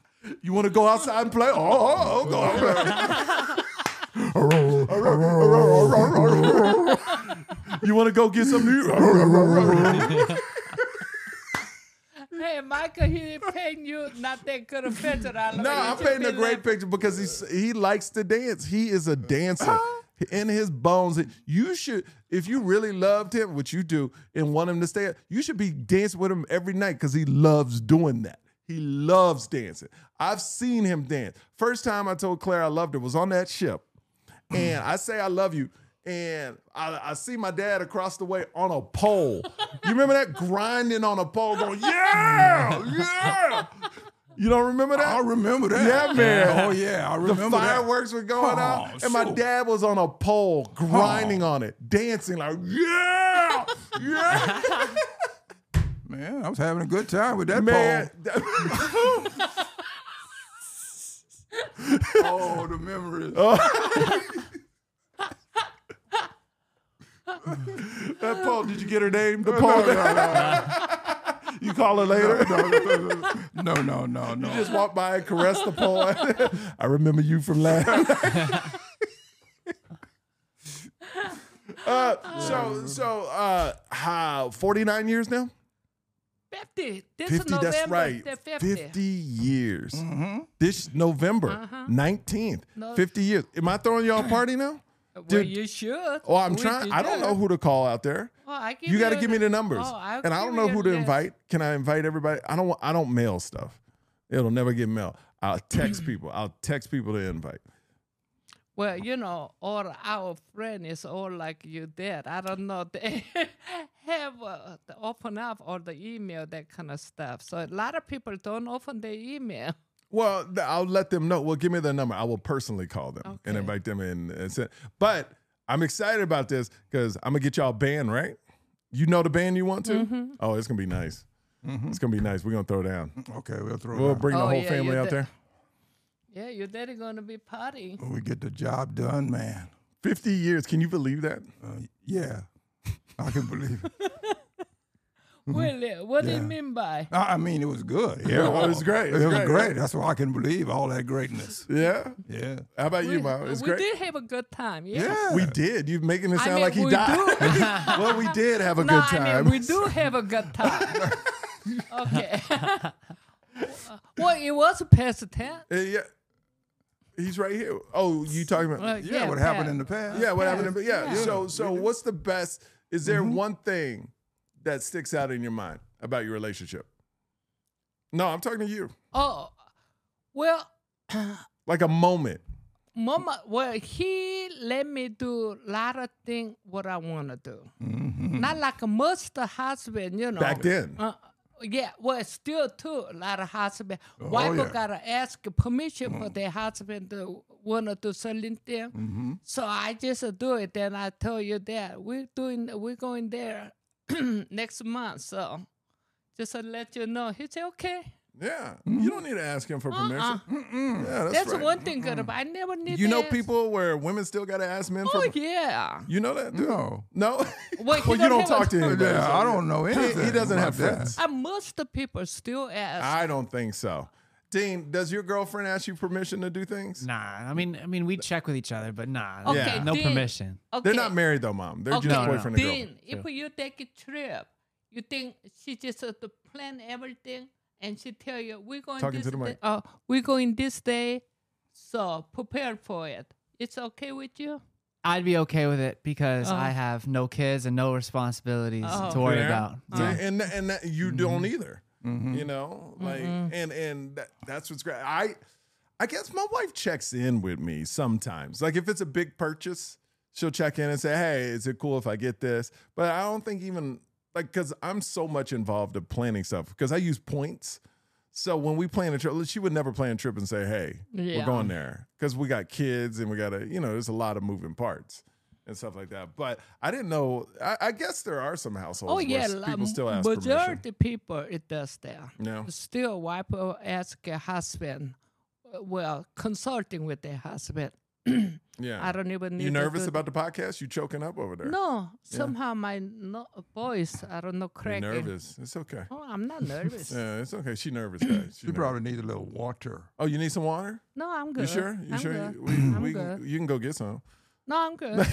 Speaker 1: you want to go outside and play? Oh, oh, oh, go out. you want to go get some new?
Speaker 2: Hey, Michael, he paying you not that good a picture.
Speaker 1: no, I'm painting a great picture because he's, he likes to dance. He is a dancer. In his bones, you should, if you really loved him, which you do, and want him to stay, you should be dancing with him every night because he loves doing that. He loves dancing. I've seen him dance. First time I told Claire I loved her was on that ship. And I say I love you. And I, I see my dad across the way on a pole. You remember that grinding on a pole going, yeah, yeah. You don't remember that?
Speaker 3: I remember that.
Speaker 1: Yeah, man.
Speaker 3: Oh yeah, I
Speaker 1: the
Speaker 3: remember
Speaker 1: fireworks were going
Speaker 3: Oh,
Speaker 1: out, and my
Speaker 3: shoot. Oh.
Speaker 1: dad was on a pole grinding on it, dancing like, yeah, yeah,
Speaker 3: that. Man, I was having a good time with that
Speaker 1: man.
Speaker 3: man. Oh, the memories.
Speaker 1: that pole. Did you get her name? The
Speaker 3: No,
Speaker 1: pole.
Speaker 3: no, no,
Speaker 1: You call her later.
Speaker 3: no, no, no, no, no.
Speaker 1: Just walk by and caress the pole. I remember you from last. uh, so so uh, how? Forty nine years now.
Speaker 2: 50. This
Speaker 1: 50
Speaker 2: November,
Speaker 1: that's right
Speaker 2: the
Speaker 1: 50, years this november 19th
Speaker 2: Uh-huh. No.
Speaker 1: 50 years am i throwing y'all a party now
Speaker 2: Well,
Speaker 1: Dude.
Speaker 2: you should.
Speaker 1: oh i'm
Speaker 2: We
Speaker 1: trying
Speaker 2: did
Speaker 1: i don't
Speaker 2: that.
Speaker 1: know who to call out there
Speaker 2: Well, I Oh, give
Speaker 1: you got to
Speaker 2: you
Speaker 1: give me the numbers
Speaker 2: Oh, I'll
Speaker 1: and i don't
Speaker 2: give
Speaker 1: know
Speaker 2: you
Speaker 1: who to
Speaker 2: the-
Speaker 1: invite can i invite everybody i don't want i don't mail stuff it'll never get mail i'll text people i'll text people to invite
Speaker 2: Well, you know, all our friend is all like you did. I don't know. They have uh, the open up all the email, that kind of stuff. So a lot of people don't open their email.
Speaker 1: Well, th- I'll let them know. Well, give me their number. I will personally call them and
Speaker 2: Okay.
Speaker 1: invite them in. And send. But I'm excited about this because I'm gonna get y'all a band, right? You know the band you want to?
Speaker 2: Mm-hmm.
Speaker 1: Oh, it's gonna be nice. It's gonna be nice. We're gonna throw down.
Speaker 3: Okay, we'll throw
Speaker 1: We'll
Speaker 3: it out.
Speaker 1: bring the
Speaker 2: Oh,
Speaker 1: whole
Speaker 2: yeah,
Speaker 1: family
Speaker 2: you
Speaker 1: out
Speaker 2: de-
Speaker 1: there.
Speaker 2: Yeah, you're definitely going to be partying.
Speaker 3: When we get the job done, man.
Speaker 1: 50 years. Can you believe that?
Speaker 3: Uh, yeah, I can believe it.
Speaker 1: Mm-hmm.
Speaker 2: Really? What do
Speaker 3: Yeah.
Speaker 2: you mean by?
Speaker 3: I I mean, it was good. Yeah,
Speaker 1: Oh, it was great. It
Speaker 3: It
Speaker 1: was great.
Speaker 3: was great. That's why I can believe all that greatness.
Speaker 1: Yeah.
Speaker 3: Yeah.
Speaker 1: How about you,
Speaker 2: we
Speaker 1: Mom? It's
Speaker 2: we
Speaker 1: great.
Speaker 2: did have a good time. Yeah.
Speaker 3: Yeah.
Speaker 1: We did. You're making it
Speaker 2: I
Speaker 1: sound
Speaker 2: mean,
Speaker 1: like he
Speaker 2: we
Speaker 1: died.
Speaker 2: do.
Speaker 1: well, we did have a
Speaker 2: no,
Speaker 1: good time.
Speaker 2: I mean, we do have a good time. okay. well, it was past 10.
Speaker 1: Uh, yeah. He's right here. Oh, you talking about?
Speaker 2: Well,
Speaker 3: Yeah, what happened in the past?
Speaker 1: Yeah, what
Speaker 2: Uh, Yeah.
Speaker 1: happened? to- Yeah.
Speaker 2: Yeah. Mm-hmm.
Speaker 1: So, so what's the best? Is there one thing that sticks out in your mind about your relationship? No, I'm talking to you.
Speaker 2: Oh, well,
Speaker 1: Like a moment.
Speaker 2: Mama, well, he let me do a lot of things what I want to do. Not like most husband, you
Speaker 1: Mm-hmm.
Speaker 2: know.
Speaker 1: Back then.
Speaker 2: Uh, yeah, well, still too a lot of husband.
Speaker 1: Oh,
Speaker 2: Wife
Speaker 3: yeah.
Speaker 2: gotta ask permission
Speaker 1: Mm-hmm.
Speaker 2: for their husband to wanna do certain thing. So I just uh, do it. Then I tell you that we're doing, we're going there next month. So just to let you know, he said okay.
Speaker 1: Yeah.
Speaker 2: mm-hmm.
Speaker 1: You don't need to ask him for
Speaker 2: Uh-uh.
Speaker 1: permission. Mm-mm. Yeah, that's,
Speaker 2: That's
Speaker 1: right.
Speaker 2: one thing good about. I never need.
Speaker 1: You
Speaker 2: to
Speaker 1: know
Speaker 2: ask-
Speaker 1: people where women still got to ask men for.
Speaker 2: Oh yeah.
Speaker 1: You know that? dude?
Speaker 3: No.
Speaker 1: No.
Speaker 2: Well,
Speaker 1: well,
Speaker 2: he
Speaker 1: Oh, you don't
Speaker 2: don't have
Speaker 1: talk
Speaker 2: a-
Speaker 1: to anybody. so-
Speaker 3: Yeah, I don't know
Speaker 1: He,
Speaker 3: anything.
Speaker 1: he doesn't
Speaker 3: about
Speaker 1: have
Speaker 3: that.
Speaker 1: friends.
Speaker 2: Uh, most of people still ask.
Speaker 1: I don't think so. Dean, does your girlfriend ask you permission to do things?
Speaker 4: Nah, I mean, I mean, we check with each other, but nah,
Speaker 2: Okay,
Speaker 1: Yeah.
Speaker 4: no
Speaker 2: Dean.
Speaker 4: permission.
Speaker 2: okay.
Speaker 1: They're not married though, mom. They're
Speaker 2: Okay,
Speaker 1: just
Speaker 4: no.
Speaker 1: boyfriend and girlfriend.
Speaker 2: then if you take a trip, you think she just uh, to plan everything and she tell you we're going
Speaker 1: Talking
Speaker 2: this
Speaker 1: to the
Speaker 2: day,
Speaker 1: mic.
Speaker 2: uh, we're going this day, so prepare for it. It's okay with you?
Speaker 4: I'd be okay with it because
Speaker 2: Oh.
Speaker 4: I have no kids and no responsibilities
Speaker 2: Oh.
Speaker 4: to worry
Speaker 1: Yeah.
Speaker 4: about.
Speaker 1: See,
Speaker 4: Yeah.
Speaker 1: and tha- and that you don't either.
Speaker 3: Mm-hmm.
Speaker 1: You
Speaker 2: Mm-hmm.
Speaker 1: know, like and and that, that's what's great. I I guess my wife checks in with me sometimes. Like if it's a big purchase, she'll check in and say, "Hey, is it cool if I get this?" But I don't think even like because I'm so much involved in planning stuff because I use points. So when we plan a trip, she would never plan a trip and say, "Hey, we're
Speaker 2: Yeah.
Speaker 1: going there," because we got kids and we got to, you know, there's a lot of moving parts and stuff like that. But I didn't know. I, I guess there are some households.
Speaker 2: Oh yeah,
Speaker 1: where s-
Speaker 2: la-
Speaker 1: people still ask permission.
Speaker 2: majority people it does that.
Speaker 1: No.
Speaker 2: Still, wife will ask a husband, uh, well, consulting with their husband.
Speaker 1: Yeah.
Speaker 2: I don't even. Need
Speaker 1: you
Speaker 2: to
Speaker 1: nervous
Speaker 2: do-
Speaker 1: about the podcast? You choking up over there?
Speaker 2: No, somehow my no, voice, I don't know,
Speaker 1: You're
Speaker 2: cracking.
Speaker 1: nervous. It's okay.
Speaker 2: Oh, I'm not nervous.
Speaker 1: Yeah, it's okay. She nervous, guys. She
Speaker 3: You
Speaker 1: nervous.
Speaker 3: probably need a little water.
Speaker 1: Oh, you need some water?
Speaker 2: No, I'm good.
Speaker 1: You sure? You
Speaker 2: I'm
Speaker 1: sure?
Speaker 2: Good.
Speaker 1: We,
Speaker 2: I'm
Speaker 1: we,
Speaker 2: good.
Speaker 1: You can go get some.
Speaker 2: No, I'm good.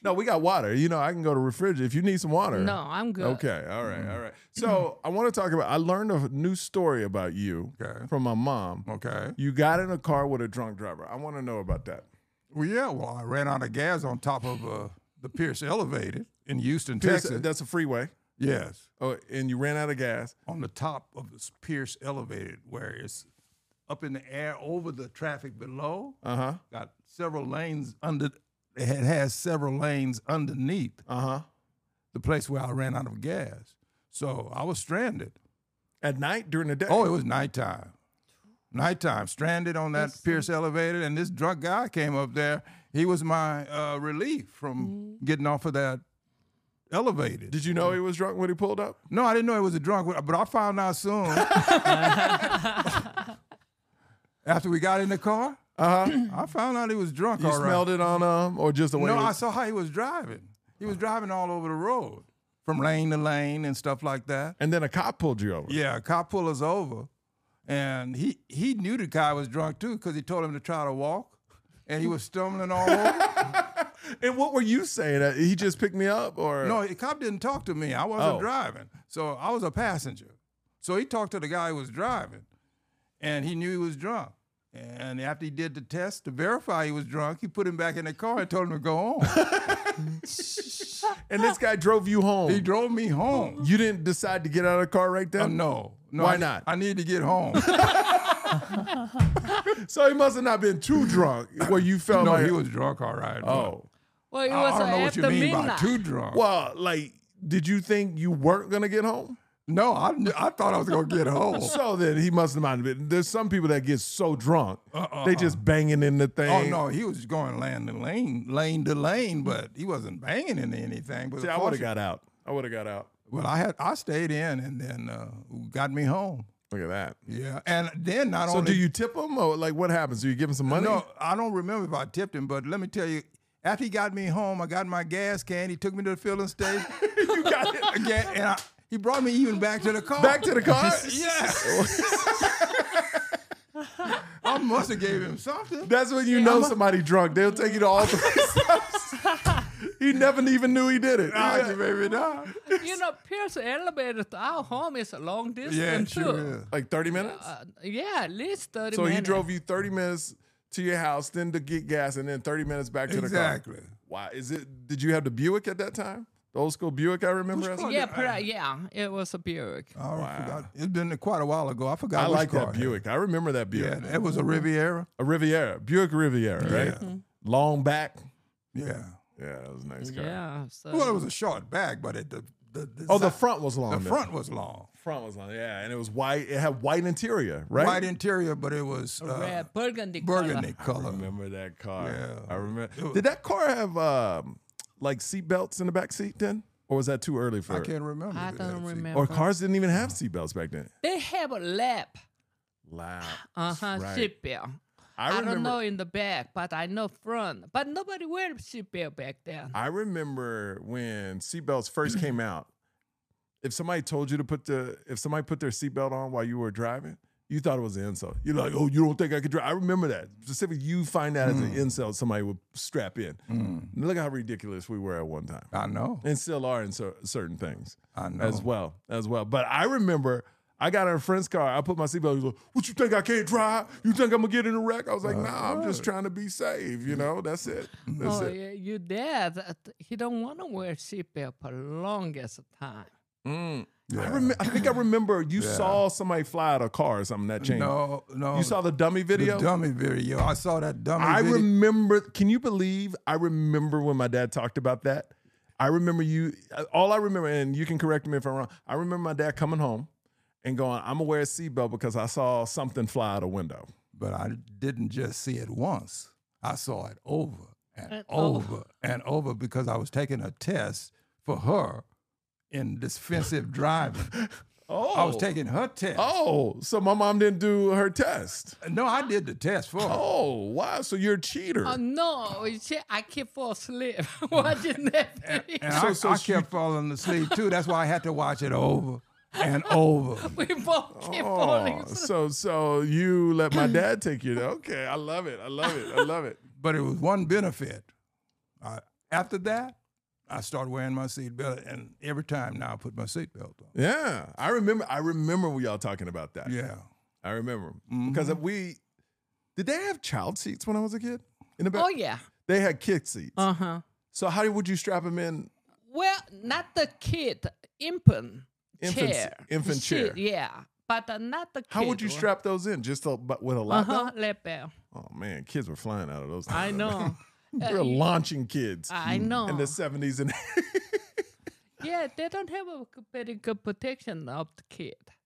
Speaker 1: No, we got water. You know, I can go to refrigerator if you need some water.
Speaker 2: No, I'm good.
Speaker 1: Okay. All right.
Speaker 3: Mm.
Speaker 1: All right. So I want to talk about. I learned a new story about you
Speaker 3: Okay.
Speaker 1: from my mom.
Speaker 3: Okay.
Speaker 1: You got in a car with a drunk driver. I want to know about that.
Speaker 3: Well, yeah. Well, I ran out of gas on top of uh, the Pierce Elevated in Houston,
Speaker 1: Pierce- uh,
Speaker 3: Texas.
Speaker 1: That's a freeway.
Speaker 3: yes,
Speaker 1: Oh, and you ran out of gas.
Speaker 3: on the top of this Pierce Elevated, where it's up in the air over the traffic below.
Speaker 1: Uh huh.
Speaker 3: Got several lanes under. It had- has several lanes underneath
Speaker 1: Uh huh.
Speaker 3: the place where I ran out of gas. So I was stranded.
Speaker 1: At night during the day.
Speaker 3: Oh, it was nighttime. Nighttime, stranded on that Pierce elevator, and this drunk guy came up there. He was my uh, relief from getting off of that elevator.
Speaker 1: Did you know he was drunk when he pulled up?
Speaker 3: no, I didn't know he was a drunk, but I found out soon. After we got in the car, uh-huh. I found out he was drunk.
Speaker 1: You
Speaker 3: all right.
Speaker 1: smelled it on um or just the way.
Speaker 3: No,
Speaker 1: it
Speaker 3: I
Speaker 1: was- Oh.
Speaker 3: saw how he was driving. He was driving all over the road, from lane to lane and stuff like that.
Speaker 1: and then a cop pulled you over.
Speaker 3: Yeah, a cop pulled us over, and he he knew the guy was drunk too because he told him to try to walk, and he was stumbling all over.
Speaker 1: And what were you saying? Uh, He just picked me up, or
Speaker 3: no, the cop didn't talk to me. I wasn't
Speaker 1: Oh.
Speaker 3: driving, so I was a passenger. So he talked to the guy who was driving, and he knew he was drunk. And after he did the test to verify he was drunk, he put him back in the car and told him to go
Speaker 1: Oh.
Speaker 3: home.
Speaker 1: And this guy drove you home.
Speaker 3: he drove me home.
Speaker 1: you didn't decide to get out of the car right
Speaker 3: Oh,
Speaker 1: then.
Speaker 3: no, no,
Speaker 1: Why
Speaker 3: I-
Speaker 1: not?
Speaker 3: I need to get home.
Speaker 1: So he must have not been too drunk where you felt
Speaker 3: no,
Speaker 1: like
Speaker 3: he was drunk, all right. but
Speaker 1: Oh,
Speaker 2: Well, it was
Speaker 3: I don't know what
Speaker 2: after
Speaker 3: you mean by
Speaker 2: midnight.
Speaker 3: too drunk.
Speaker 1: well, like, did you think you weren't gonna get home?
Speaker 3: No, I, kn- I thought I was gonna get home.
Speaker 1: So then he must have not been. There's some people that get so drunk they just banging in the thing.
Speaker 3: Oh no, he was going lane to lane, lane to lane, but he wasn't banging into anything. But
Speaker 1: See, I would have got out. I would have got out.
Speaker 3: Well, I had I stayed in, and then uh, got me home.
Speaker 1: Look at that.
Speaker 3: Yeah, and then not
Speaker 1: So
Speaker 3: only
Speaker 1: do you tip him or like what happens? Do you give him some money?
Speaker 3: No, I don't remember if I tipped him, but let me tell you. After he got me home, I got my gas can. He took me to the filling station
Speaker 1: you got it
Speaker 3: again, and I, he brought me even back to the car.
Speaker 1: back to the car.
Speaker 3: yeah. I must have gave him something.
Speaker 1: That's when you know somebody drunk. They'll take you to all three stops. he never even knew he did it.
Speaker 3: Ah,
Speaker 1: Yeah.
Speaker 3: baby, nah.
Speaker 2: You know, Pierce elevator to our home is a long distance
Speaker 3: Yeah, it
Speaker 2: too.
Speaker 3: sure is.
Speaker 1: Like 30 minutes?
Speaker 2: Uh, yeah, at least thirty.
Speaker 1: so he
Speaker 2: minutes.
Speaker 1: drove you 30 minutes to your house, then to get gas, and then 30 minutes back to the car.
Speaker 3: Exactly.
Speaker 1: Why is it did you have the Buick at that time? The old school Buick I remember as
Speaker 2: Yeah, pra- yeah, it was a Buick.
Speaker 3: I forgot. It's been quite a while ago. I forgot.
Speaker 1: I
Speaker 3: which
Speaker 1: like
Speaker 3: car
Speaker 1: that
Speaker 3: it
Speaker 1: Buick. I remember that
Speaker 3: had.
Speaker 1: Buick.
Speaker 3: Yeah, it was a Riviera.
Speaker 1: A Riviera. Buick Riviera, right? Long back.
Speaker 3: Yeah.
Speaker 1: Yeah, that was a nice car.
Speaker 2: Mm-hmm. Yeah, so
Speaker 3: Well, it was a short back, but it the the, the
Speaker 1: Oh, the
Speaker 3: si-
Speaker 1: front was long.
Speaker 3: the
Speaker 1: then.
Speaker 3: front was long,
Speaker 1: front was long. Yeah, and it was white. It had white interior, right?
Speaker 3: white interior, but it was uh,
Speaker 2: red burgundy. color.
Speaker 3: burgundy color.
Speaker 1: remember that car.
Speaker 3: Yeah.
Speaker 1: I remember. Did that car have um, like seat belts in the back seat then, or was that too early for?
Speaker 3: I
Speaker 1: it?
Speaker 3: can't remember.
Speaker 2: I
Speaker 3: the
Speaker 2: don't
Speaker 3: actually.
Speaker 2: remember.
Speaker 1: Or cars didn't even have seat belts back then.
Speaker 2: They have a lap.
Speaker 1: Wow.
Speaker 2: Uh huh.
Speaker 1: right.
Speaker 2: Seatbelt.
Speaker 1: I
Speaker 2: I,
Speaker 1: remember.
Speaker 2: don't know in the back, but I know front. But nobody wear seatbelt back then.
Speaker 1: I remember when seatbelts first came out. If somebody told you to put the if somebody put their seatbelt on while you were driving, you thought it was an insult. You're like, oh, you don't think I could drive? I remember that specifically. You find that as an
Speaker 3: Hmm.
Speaker 1: insult, somebody would strap in. Look how ridiculous we were at one time.
Speaker 3: I know.
Speaker 1: and still are in cer- certain things
Speaker 3: I know.
Speaker 1: as well as well but i remember i got in a friend's car i put my seatbelt he was like what you think i can't drive you think i'm gonna get in a wreck i was like
Speaker 3: Uh,
Speaker 1: nah i'm just trying to be safe you know that's it that's
Speaker 2: oh,
Speaker 1: it
Speaker 2: yeah, your dad, uh, th- he don't want to wear seatbelt for longest time.
Speaker 1: I, rem- I think i remember you saw somebody fly out of a car or something that changed
Speaker 3: No, no.
Speaker 1: you saw the dummy video
Speaker 3: the dummy video. I saw that dummy
Speaker 1: I
Speaker 3: video.
Speaker 1: remember. Can you believe? I remember when my dad talked about that. I remember you. uh, All I remember, and you can correct me if I'm wrong. I remember my dad coming home and going, "I'm gonna wear a seatbelt because I saw something fly out a window."
Speaker 3: but I didn't just see it once. I saw it over and,
Speaker 2: And
Speaker 3: over
Speaker 2: over.
Speaker 3: and over because I was taking a test for her in defensive driving.
Speaker 1: Oh,
Speaker 3: I was taking her test.
Speaker 1: Oh, so my mom didn't do her test.
Speaker 3: No, I did the test for her.
Speaker 1: Oh, wow. So you're a cheater.
Speaker 2: Oh no, you see, I keep fall asleep watching that
Speaker 3: And
Speaker 1: So-
Speaker 3: I,
Speaker 1: so
Speaker 3: I
Speaker 1: she-
Speaker 3: kept falling asleep too. That's why I had to watch it over and over.
Speaker 2: We both keep falling
Speaker 1: Oh,
Speaker 2: asleep.
Speaker 1: so so you let my dad take you. there. Okay, I love it. I love it. I love it.
Speaker 3: But it was one benefit. I, after that, I started wearing my seatbelt, and every time now I put my seatbelt on.
Speaker 1: Yeah, I remember. I remember when y'all talking about that.
Speaker 3: Yeah.
Speaker 1: I remember because we did they have child seats when I was a kid in the back.
Speaker 2: Oh yeah.
Speaker 1: They had kid seats.
Speaker 2: Uh huh.
Speaker 1: so how would you strap them in?
Speaker 2: Well, not the kid, infant,
Speaker 1: Infant-
Speaker 2: chair,
Speaker 1: infant
Speaker 2: Seat,
Speaker 1: chair.
Speaker 2: Yeah, but uh, not the. Kid
Speaker 1: How would you
Speaker 2: one.
Speaker 1: strap those in? Just a, but with a
Speaker 2: Uh
Speaker 1: lapel?
Speaker 2: huh. Lapel.
Speaker 1: Oh man, kids were flying out of those.
Speaker 2: I
Speaker 1: things.
Speaker 2: know.
Speaker 1: we were launching kids
Speaker 2: I know.
Speaker 1: in the seventies Mm, and.
Speaker 2: yeah, they don't have a g- very good protection of the kid. back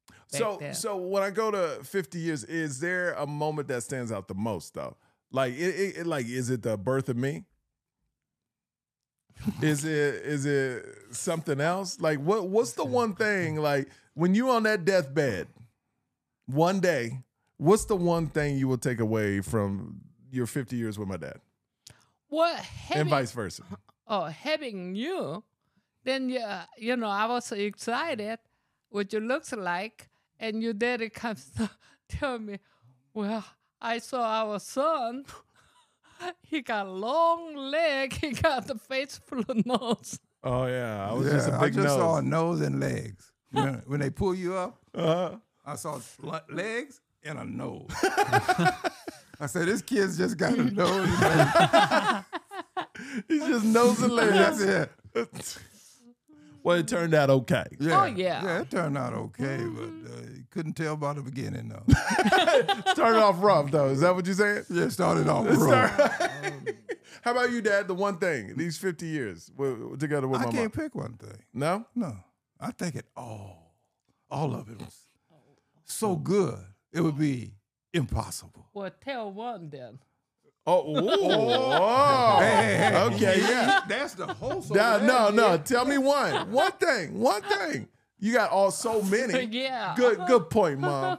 Speaker 1: So
Speaker 2: then.
Speaker 1: so when I go to 50 years, is there a moment that stands out the most though? Like it, it, it- like is it the birth of me? Is it is it something else? Like what what's the one thing like when you on that deathbed one day, what's the one thing you will take away from your 50 years with my dad?
Speaker 2: well,
Speaker 1: and
Speaker 2: having
Speaker 1: vice versa.
Speaker 2: oh having you, then yeah, you know I was excited what you looks like, and your daddy comes to tell me, well, I saw our son. He got long leg. He got the face full of nose.
Speaker 1: Oh yeah. I was
Speaker 3: Yeah,
Speaker 1: just a
Speaker 3: I
Speaker 1: big
Speaker 3: just saw a
Speaker 1: nose.
Speaker 3: nose and legs. When, when they pull you up,
Speaker 1: Uh-huh.
Speaker 3: I saw sl- legs and a nose. I said, this kid's just got a nose. and legs."
Speaker 1: He's just nose and
Speaker 3: That's
Speaker 1: legs.
Speaker 3: it.
Speaker 1: well, it turned out okay.
Speaker 3: Yeah.
Speaker 2: Oh, yeah. Mm-hmm.
Speaker 3: Yeah, it turned out okay, but uh, you couldn't tell by the beginning though.
Speaker 1: Started off rough though. Is that what you're saying?
Speaker 3: yeah, it started off rough.
Speaker 1: How about you, Dad? The one thing these 50 years w- together with
Speaker 3: I
Speaker 1: my
Speaker 3: can't
Speaker 1: mom.
Speaker 3: pick one thing.
Speaker 1: no,
Speaker 3: No, I think it all, all of it was so good. It would be impossible.
Speaker 2: Well, tell one then.
Speaker 1: oh, ooh. oh. okay, yeah.
Speaker 3: That's the whole.
Speaker 1: No, no, no. Tell me one, one thing, one thing. You got all so many.
Speaker 2: Yeah.
Speaker 1: Good, good point, Mom.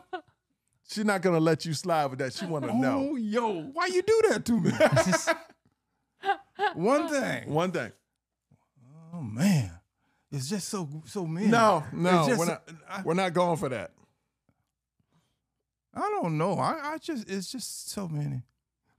Speaker 1: She's not gonna let you slide with that. She want to know
Speaker 3: Oh, yo, why you do that to me? one thing.
Speaker 1: one thing.
Speaker 3: Oh man, it's just so so many.
Speaker 1: No,
Speaker 3: It's
Speaker 1: no,
Speaker 3: just-
Speaker 1: we're not.
Speaker 3: I,
Speaker 1: We're not going for that.
Speaker 3: I don't know. I, I just it's just so many.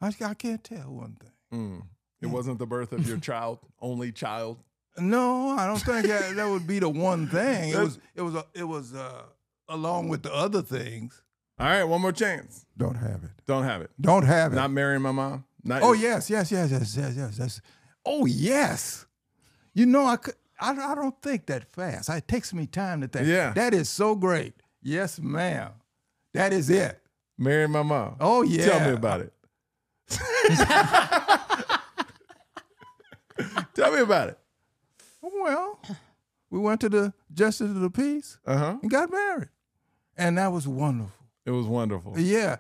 Speaker 3: I I can't tell one thing. Mm.
Speaker 1: It wasn't the birth of your child, only child.
Speaker 3: No, I don't think that, that would be the one thing. It
Speaker 1: That's-
Speaker 3: was it was a, it was uh, along with the other things.
Speaker 1: All right, one more chance.
Speaker 3: Don't have it.
Speaker 1: Don't have it.
Speaker 3: Don't have it.
Speaker 1: Not marrying my mom. Not
Speaker 3: oh yes, yes, yes, yes, yes, yes, yes. Oh yes. You know I could. I, I don't think that fast. It takes me time to think.
Speaker 1: Yeah.
Speaker 3: That is so great. Yes, ma'am. That is it.
Speaker 1: marrying my mom.
Speaker 3: Oh yeah.
Speaker 1: Tell me about it. Tell me about it.
Speaker 3: Well, we went to the Justice of the Peace
Speaker 1: Uh huh.
Speaker 3: and got married, and that was wonderful.
Speaker 1: It was wonderful.
Speaker 3: Yeah,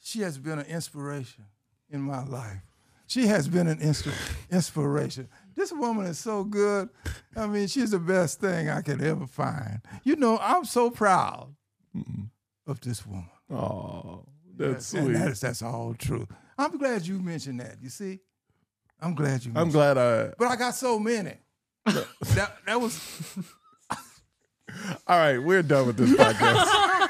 Speaker 3: she has been an inspiration in my life. She has been an inst- inspiration. This woman is so good. I mean, she's the best thing I could ever find. You know, I'm so proud of this woman.
Speaker 1: Oh, that's
Speaker 3: And
Speaker 1: sweet.
Speaker 3: that's, that's all true. I'm glad you mentioned that. You see, I'm glad you.
Speaker 1: I'm
Speaker 3: Mentioned
Speaker 1: glad I.
Speaker 3: But I got so many. that, that was
Speaker 1: All right, we're done with this podcast.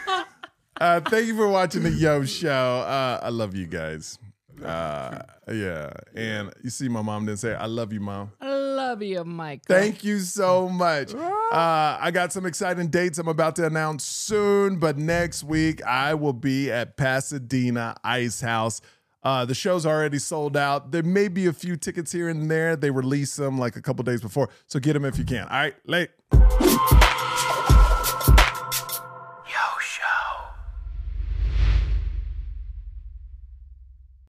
Speaker 1: uh, thank you for watching the Yo Show. Uh, I love you guys. Uh, yeah, and you see, my mom didn't say I love you, mom.
Speaker 2: I love you, Michael.
Speaker 1: Thank you so much. Uh, I got some exciting dates I'm about to announce soon, but next week I will be at Pasadena Ice House. Uh, the show's already sold out. There may be a few tickets here and there. They release them like a couple days before, so get them if you can. All right, late.